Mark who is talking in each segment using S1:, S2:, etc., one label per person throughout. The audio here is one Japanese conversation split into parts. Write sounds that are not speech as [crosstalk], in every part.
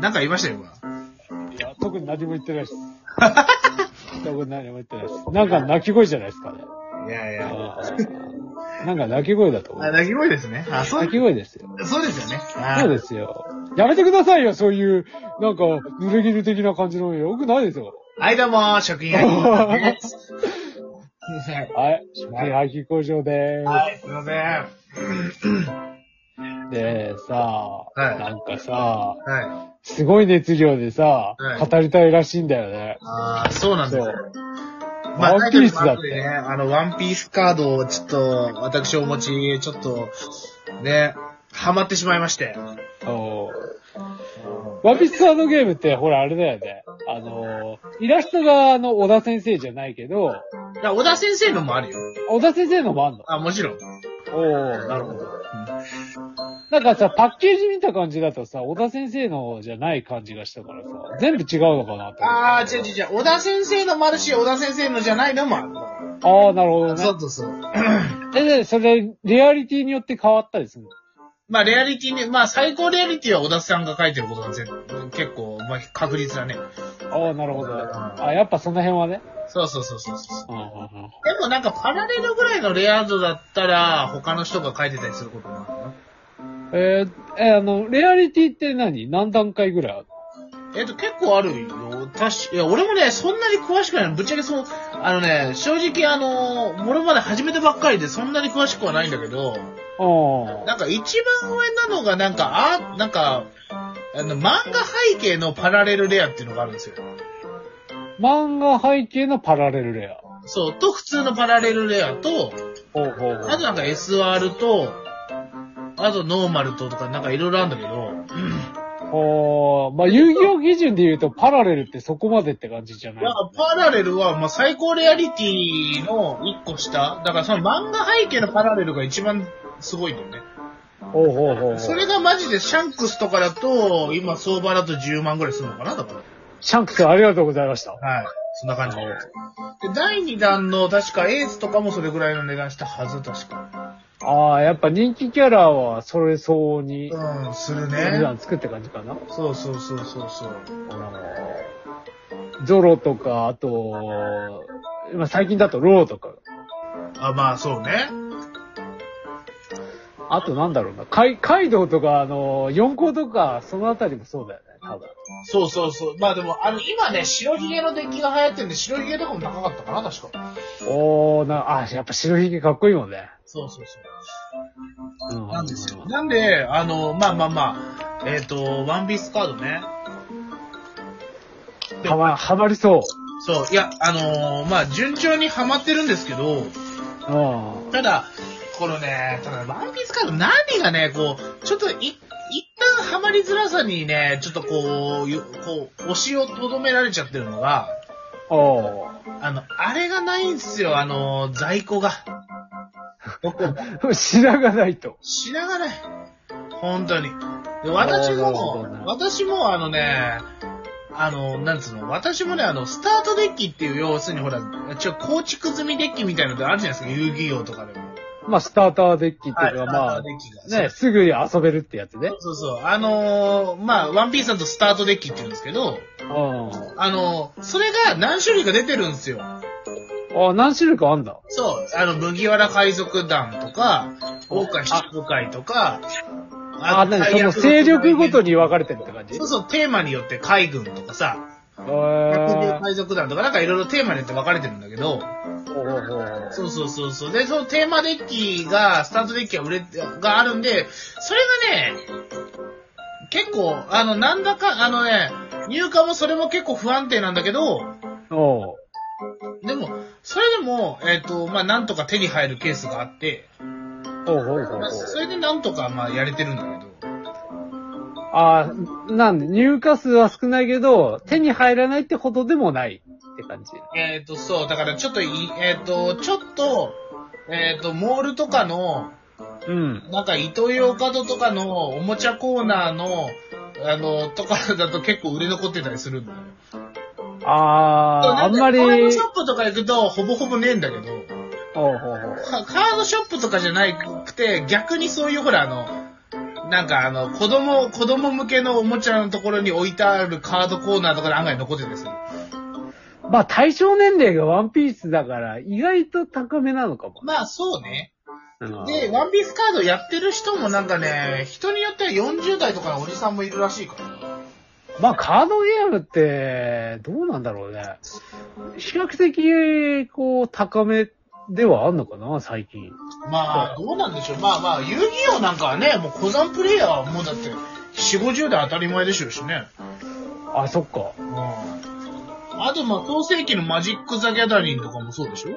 S1: なんか言いましたよ、今。
S2: いや、特に何も言ってないです。 [laughs] 特に何も言ってないです。なんか泣き声じゃないですかね。
S1: いやいや。
S2: あーなんか泣き声だと思
S1: あ、
S2: う。
S1: 泣き声ですね。あ、そう
S2: 泣、き声ですよ。
S1: そうですよね。あ
S2: そうですよ。やめてくださいよ、そういう、なんか、濡れ衣的な感じの、よくないですよ。
S1: はい、どうも、職員会議です。 [laughs] はい
S2: はい。食品廃棄工場でー
S1: はい、すいません。は
S2: す。で、さあ、
S1: はい
S2: なんかさ、
S1: い。
S2: すごい熱量でさ、
S1: はい
S2: 語りたいらしいんだよね。
S1: ああ、そうなんですね
S2: そう。
S1: まあ、
S2: ワンピースだ
S1: タイ
S2: っ
S1: トルの後
S2: て
S1: でね、あの、ワンピースカードをちょっと、私お持ち、ちょっと、ね、ハマってしまいまして。
S2: おワンピースカードゲームって、ほら、あれだよね。あのー、イラストが、あの、小田先生じゃないけど、
S1: いや、小田先生のもあるよ。
S2: 小田先生のもあんの
S1: あ、もちろん。
S2: おおなるほど。なんかさ、パッケージ見た感じだとさ、小田先生のじゃない感じがしたからさ、全部違うのかなと思っ
S1: ああ、違う違う違う。小田先生のもあるし、小田先生のじゃないのもある。
S2: て。ああ、なるほど
S1: そ
S2: ね。
S1: うそうそう。
S2: え、で、それ、リアリティによって変わったりするの
S1: まあ、レアリティね、まあ、最高レアリティは小田さんが書いてることが全結構、まあ、確率だね。
S2: ああ、なるほど。あやっぱその辺はね。
S1: そうそうそうそうそう。
S2: うんうんうん。
S1: でもなんか、パラレルぐらいのレア度だったら、他の人が書いてたりすることもあるな。
S2: えーえーあの、レアリティって何何段階ぐらいある
S1: えっと、結構あるよ。確か、いや、俺もね、そんなに詳しくないの。ぶっちゃけその、あのね、正直あの、もろまで始めたばっかりで、そんなに詳しくはないんだけど、
S2: あ
S1: なんか一番上なのが、なんか、あ、なんか、あの、漫画背景のパラレルレアっていうのがあるんですよ。
S2: あ。漫画背景のパラレルレア。
S1: そう、と、普通のパラレルレアと、
S2: ほうほうほう。
S1: あとなんか SR と、あとノーマルととか、なんかいろいろあるんだけど、
S2: ほうまあ、遊戯王基準で言うと、パラレルってそこまでって感じじゃない
S1: だからパラレルは、まあ、最高レアリティの一個下。だからその漫画背景のパラレルが一番すごいんだよね。
S2: ほうほうほう。
S1: それがマジでシャンクスとかだと、今相場だと10万ぐらいするのかなだか
S2: シャンクスありがとうございました。
S1: ら。はい。そんな感じで。で、第2弾の確かエースとかもそれぐらいの値段したはず、確か。
S2: ああ、やっぱ人気キャラはそれ相応に、
S1: うん、する
S2: お
S1: ね
S2: 値。段つくって感じかな。
S1: そうそうそうそうそう。
S2: ゾロとか、あと、まあ、最近だとローとか、
S1: あ、まあそうね。
S2: あとなんだろうな、カイカイドウとか、あの、四皇とか、そのあたりもそうだよね、多分。
S1: そうそうそう。まあでも、あの、今ね、白ひげのデッキが流行ってるんで、白ひげとかも高かったかな、確か。
S2: おー、な、あ、やっぱ白ひげかっこいいもんね。
S1: そうそうそう。
S2: うん。
S1: なんですよ。なんで、あの、まあまあまあ、えっ、と、ワンピースカードね。
S2: はま、はまりそう。
S1: そう、いや、あのーまあ、順調にはまってるんですけど、
S2: うん。
S1: ただ、このね、ただ、ワンピースカード何がね、こう、ちょっとい、一旦ハマりづらさにね、ちょっとこう、よこう、推しをとどめられちゃってるのが、
S2: おー。
S1: あの、あれがないんですよ、あの、在庫が。
S2: [laughs] 白がないと。
S1: 知らがない。本当に。で私
S2: なるほどね
S1: も、私もあのね、あの、なんつうの、私もね、あの、スタートデッキっていう、要するにほら、ちょ、構築済みデッキみたいなのってあるじゃないですか、遊戯王とかでも。
S2: まあ、スターターデッキっていうか、
S1: スタ
S2: ま
S1: ー
S2: あ
S1: ト、デッキが。
S2: ね、すぐ遊べるってやつね。
S1: そうそうそう。あのーまあ、ワンピースだとスタートデッキって言うんですけど、
S2: う
S1: あのーそれが何種類か出てるんですよ。
S2: ん。あ、何種類かあんだ。
S1: そう、あの、麦わら海賊団とか、王海七部会とか、
S2: あ、
S1: と
S2: 何その勢力ごとに分かれてるって感じ
S1: そうそう、テーマによって海軍とかさ、
S2: えー
S1: 百獣海賊団とかなんかいろいろテーマによって分かれてるんだけど、
S2: ほうほうほう
S1: そうそうそうそう。で、そのテーマデッキが、スタートデッキが売れ、があるんで、それがね、結構、あの、なんだか、あのね、入荷もそれも結構不安定なんだけど、
S2: おう
S1: でも、それでも、えっ、と、まあ、なんとか手に入るケースがあって、
S2: ほうほうほうほ
S1: まあ
S2: う
S1: それでなんとか、まあ、やれてるんだけど、
S2: あーなんで、入荷数は少ないけど、手に入らないってほどでもないって感じ。
S1: えっ、と、そう、だからちょっとい、えっ、と、ちょっと、えっ、と、モールとかの、
S2: うん。
S1: なんか、イトーヨーカドーとかのおもちゃコーナーの、あの、とかだと結構売れ残ってたりするんだよ。
S2: あー、あんまり、
S1: カ
S2: ほ
S1: ー
S2: うほ
S1: ド
S2: う
S1: ショップとか行くと、ほぼほぼねえんだけど、
S2: ほう。
S1: カカードショップとかじゃなくて、逆にそういうほら、あの、なんかあの、子供、子供向けのおもちゃのところに置いてあるカードコーナーとかで案外残ってたりする。
S2: まあ対象年齢がワンピースだから、意外と高めなのかも。
S1: まあそうね。
S2: うん
S1: で、ワンピースカードやってる人もなんかね、人によっては40代とかのおじさんもいるらしいから。
S2: まあカードゲームって、どうなんだろうね。比較的、こう、高めではあんのかな、最近。
S1: まあ、どうなんでしょう。まあまあ、遊戯王なんかはね、もう小山プレイヤーはもうだって、4、50代当たり前でしょうしね。
S2: あ、そっか。
S1: うん。あとまあ、創世紀のマジック・ザ・ギャダリンとかもそうでしょ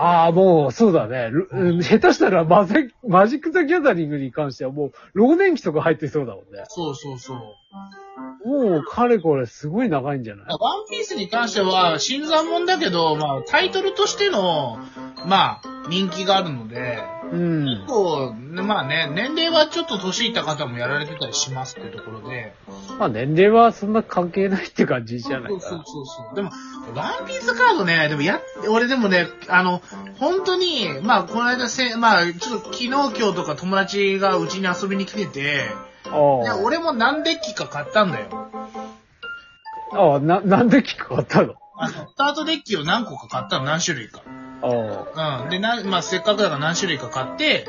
S2: ああ、もう、そうだね。ルうん下手したらマゼ、マジック・ザ・ギャザリングに関してはもう、老年期とか入ってそうだもんね。
S1: そうそうそう。
S2: もう、かれこれ、すごい長いんじゃない
S1: ワンピースに関しては、新参者だけど、まあ、タイトルとしての、まあ、人気があるので、
S2: うん。
S1: こう、まあね、年齢はちょっと年いった方もやられてたりしますっていうところで、
S2: まあ、年齢はそんな関係ないって感じじゃな
S1: そ
S2: いうか
S1: そう
S2: な。
S1: そうそう。でも、ワンピースカードね、でもや、俺でもね、あの、本当に、まあ、この間せ、まあ、ちょっと昨日今日とか友達がうちに遊びに来てて、で
S2: あ
S1: 俺も何デッキか買ったんだよ。
S2: あ。ああ、な、なんで聞くかったの
S1: あの、スタートデッキを何個か買ったの、何種類か。
S2: あ
S1: うん。で、な、まあ、せっかくだから何種類か買って、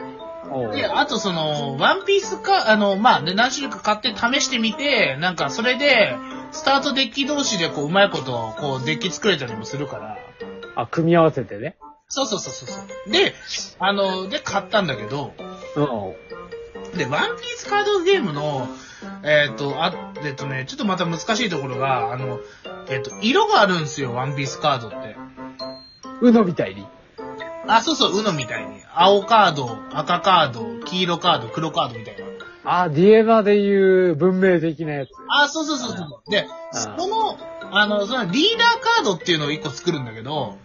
S1: で、
S2: あ。
S1: あとその、ワンピースか、あの、まあね、何種類か買って試してみて、なんかそれで、スタートデッキ同士でこう、うまいこと、こう、デッキ作れたりもするから。
S2: ああ、組み合わせてね。
S1: そうそうそうそうそう。で、あの、で、買ったんだけど、
S2: うん。
S1: で、ワンピースカードゲームの、えっ、と、あ、えっ、とね、ちょっとまた難しいところが、あの、えっ、と、色があるんですよ、ワンピースカードって。
S2: うのみたいに。
S1: あ、そうそう、うのみたいに。青カード、赤カード、黄色カード、黒カードみたいな。
S2: ああ、ディエマで言う文明的なやつ。
S1: あ、そうそうそうそう。で、
S2: うん
S1: この、あの、そのリーダーカードっていうのを一個作るんだけど、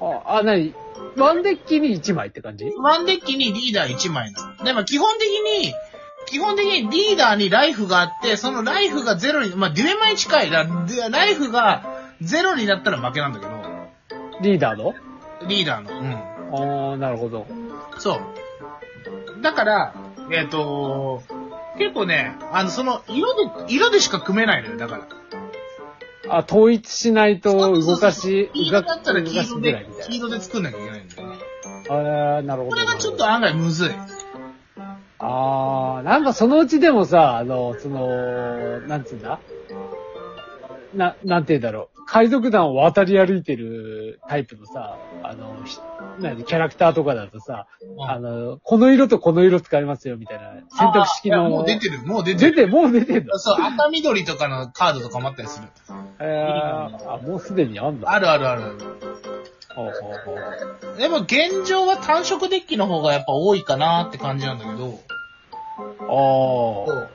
S2: ああ、なにワンデッキに1枚って感じ
S1: ワンデッキにリーダー1枚なの。でも基本的に、基本的にリーダーにライフがあって、そのライフがゼロに、まあ、デュエマに近い。だでライフがゼロになったら負けなんだけど、
S2: リーダーの
S1: リーダーの。うん。
S2: ああ、なるほど。
S1: そう。だから、えっ、と結構ね、あの、その、色で、色でしか組めないのよ、だから。
S2: あ、統一しないと動かし、
S1: 黄
S2: 動
S1: 色だ
S2: か
S1: ったら
S2: 動
S1: 黄
S2: かし
S1: 色
S2: づらい
S1: で
S2: み、た
S1: 黄
S2: い
S1: 色で作んなきゃいけないんだよね。
S2: な。ああ、なるほど。
S1: これがちょっと案外むずい。
S2: ああ、なんかそのうちでもさ、あの、その、なんつうんだな、なんて言うんだろう。海賊団を渡り歩いてるタイプのさ、あの、ひなんキャラクターとかだとさ、
S1: うん
S2: あの、この色とこの色使いますよみたいな選択式
S1: あいや
S2: の。
S1: もう出てる、もう出て
S2: 出
S1: る。
S2: て、もう出てんの
S1: そう、赤緑とかのカードとかもあったりする。
S2: えー、あ、もうすでにあんだ。
S1: あるあるあるある。
S2: ほうほうほう
S1: でも現状は単色デッキの方がやっぱ多いかなって感じなんだけど。
S2: ああ。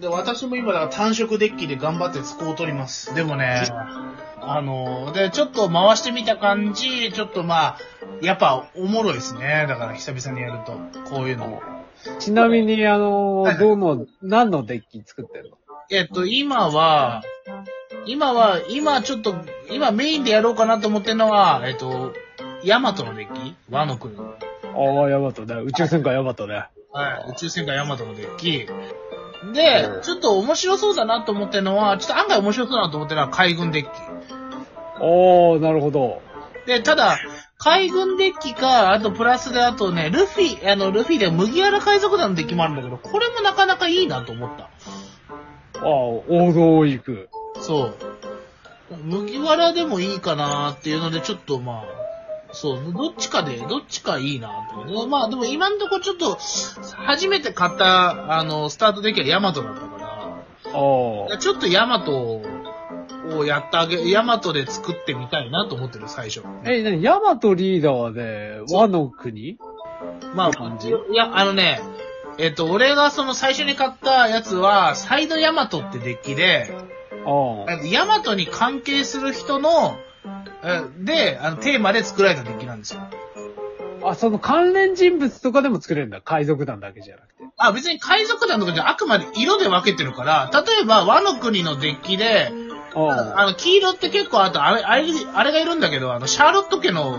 S1: で、私も今だから単色デッキで頑張って使を取ります。でもね、あの、で、ちょっと回してみた感じ、ちょっとまあ、やっぱおもろいですね。だから久々にやると、こういうのも。
S2: ちなみに、あの
S1: はいはい、
S2: どの、何のデッキ作ってんの
S1: えっと、今は、今は、今ちょっと、今メインでやろうかなと思ってるのは、えっと、ヤマトのデッキワノ国。は
S2: ああ、ヤマトね。宇宙戦艦ヤマトね。
S1: い。宇宙戦艦ヤマトのデッキ。で、ちょっと面白そうだなと思ってるのは、ちょっと案外面白そうだなと思ってるのは海軍デッキ。
S2: ああ、なるほど。
S1: で、ただ、海軍デッキか、あとプラスで、あとね、ルフィ、あの、ルフィで麦わら海賊団のデッキもあるんだけど、これもなかなかいいなと思った。
S2: ああ、王道を行く。
S1: そう。麦わらでもいいかなっていうので、ちょっとまあ、そう、どっちかで、どっちかいいなと思って。まあでも今んとこちょっと、初めて買った、あの、スタートデッキはヤマトだったか
S2: ああ
S1: ら、ちょっとヤマトをやってあげ、ヤマトで作ってみたいなと思ってる、最初。。
S2: え、なに、ヤマトリーダーで、和の国
S1: まあ、
S2: 感じ
S1: いや、あのね、えっと、俺がその最初に買ったやつは、サイドヤマトってデッキで、
S2: ああ。
S1: あのヤマトに関係する人の、えで、あの、テーマで作られたデッキなんですよ。
S2: あ、その関連人物とかでも作れるんだ。海賊団だけじゃなくて。
S1: あ、別に海賊団とかじゃあくまで色で分けてるから、例えば和の国のデッキで、
S2: ああ。
S1: あの、黄色って結構あと、あれ、あれ、あれがいるんだけど、あの、シャーロット家の、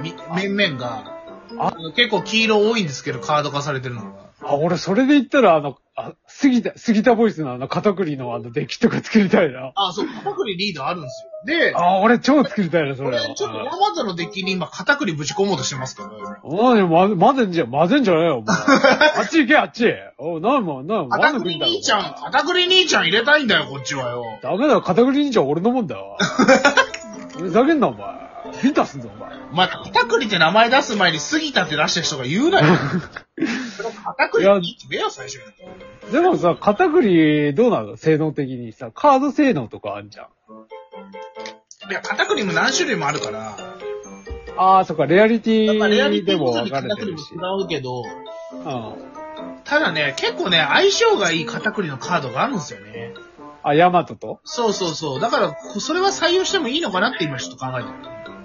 S1: み面々が、
S2: あ
S1: 結構黄色多いんですけど、カード化されてるのが。
S2: あ、俺、それで言ったら、あの、あ、杉田、杉田ボイスのあの、片栗のあの、デッキとか作りたいな。
S1: あ、そう、片栗リードあるんですよ。で、
S2: あ、俺、超作りたいな、そ
S1: こ
S2: れ
S1: れ
S2: は。
S1: ちょっと山マのデッキに今片栗ぶち込もうとしてますから。
S2: おい、混ぜ混ぜんじゃ、混ぜんじゃねえよ、
S1: [laughs]
S2: お前。あっち行け、あっち。おい、なにもん、なにもん、
S1: 片
S2: 混ぜて
S1: 栗
S2: んだろ
S1: 兄ちゃん、片栗兄ちゃん入れたいんだよ、こっちはよ。
S2: ダメだよ、片栗兄ちゃんは俺のもん
S1: [laughs]
S2: だよ。ふざけんな、お前。ビンタすんぞ、お前。
S1: お前、片栗って名前出す前に杉田って出した人が言うなよ。
S2: [laughs]
S1: 片栗に決めよ、最初に。
S2: でもさ、片栗、どうなの性能的にさ、カード性能とかあんじゃん。
S1: いや、片栗も何種類もあるから、
S2: あー、そっか、レアリテ
S1: やっぱレアリ
S2: ィ
S1: テ
S2: で
S1: ィ
S2: も
S1: ごと
S2: 分
S1: に
S2: かれ
S1: 片
S2: て
S1: 栗
S2: る
S1: も
S2: し。
S1: 違うけど、
S2: うん。
S1: ただね、結構ね、相性がいい片栗のカードがあるんですよね。
S2: あ、ヤマトと
S1: そうそうそう。だから、こそれは採用してもいいのかなって今ちょっと考えてる。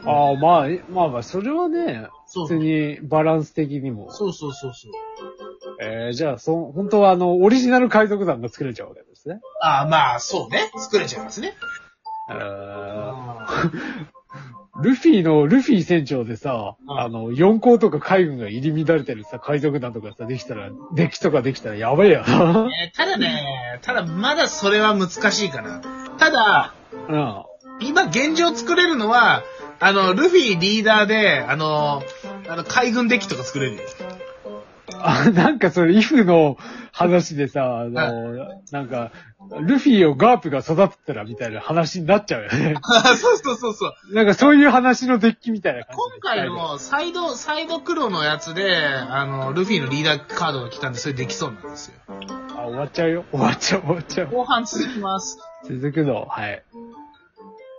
S2: ああ、まあ、まあまあ、それはね、
S1: そう
S2: 普通にバランス的にも。
S1: そうそうそうそう。
S2: えー、じゃあ、そ、本当はあの、オリジナル海賊団が作れちゃうわけですね。
S1: ああ、まあ、そうね。作れちゃいますね。
S2: えー
S1: あ
S2: ルフィの、ルフィ船長でさ、
S1: うん
S2: あの、四皇とか海軍が入り乱れてるさ、海賊団とかさ、できたら、デッキとかできたらやばいよ [laughs]
S1: ー
S2: な。
S1: ねただね、ただまだそれは難しいかな。ただ、
S2: うん。
S1: 今現状作れるのは、あの、ルフィリーダーで、あの、あの海軍デッキとか作れるよ。 [laughs]
S2: あ、なんかそれ、イフの話でさ、あの、なんか、ルフィをガープが育てたらみたいな話になっちゃうよね。 [laughs]
S1: そうそうそうそう。
S2: なんかそういう話のデッキみたいな感じ
S1: 今
S2: で
S1: 回のサイド、サイド黒のやつで、あの、ルフィのリーダーカードが来たんで、それできそうなんですよ。
S2: あ、終わっちゃうよ。終わっちゃう、終わっちゃう。
S1: 後半続きます。
S2: 続くぞ。はい。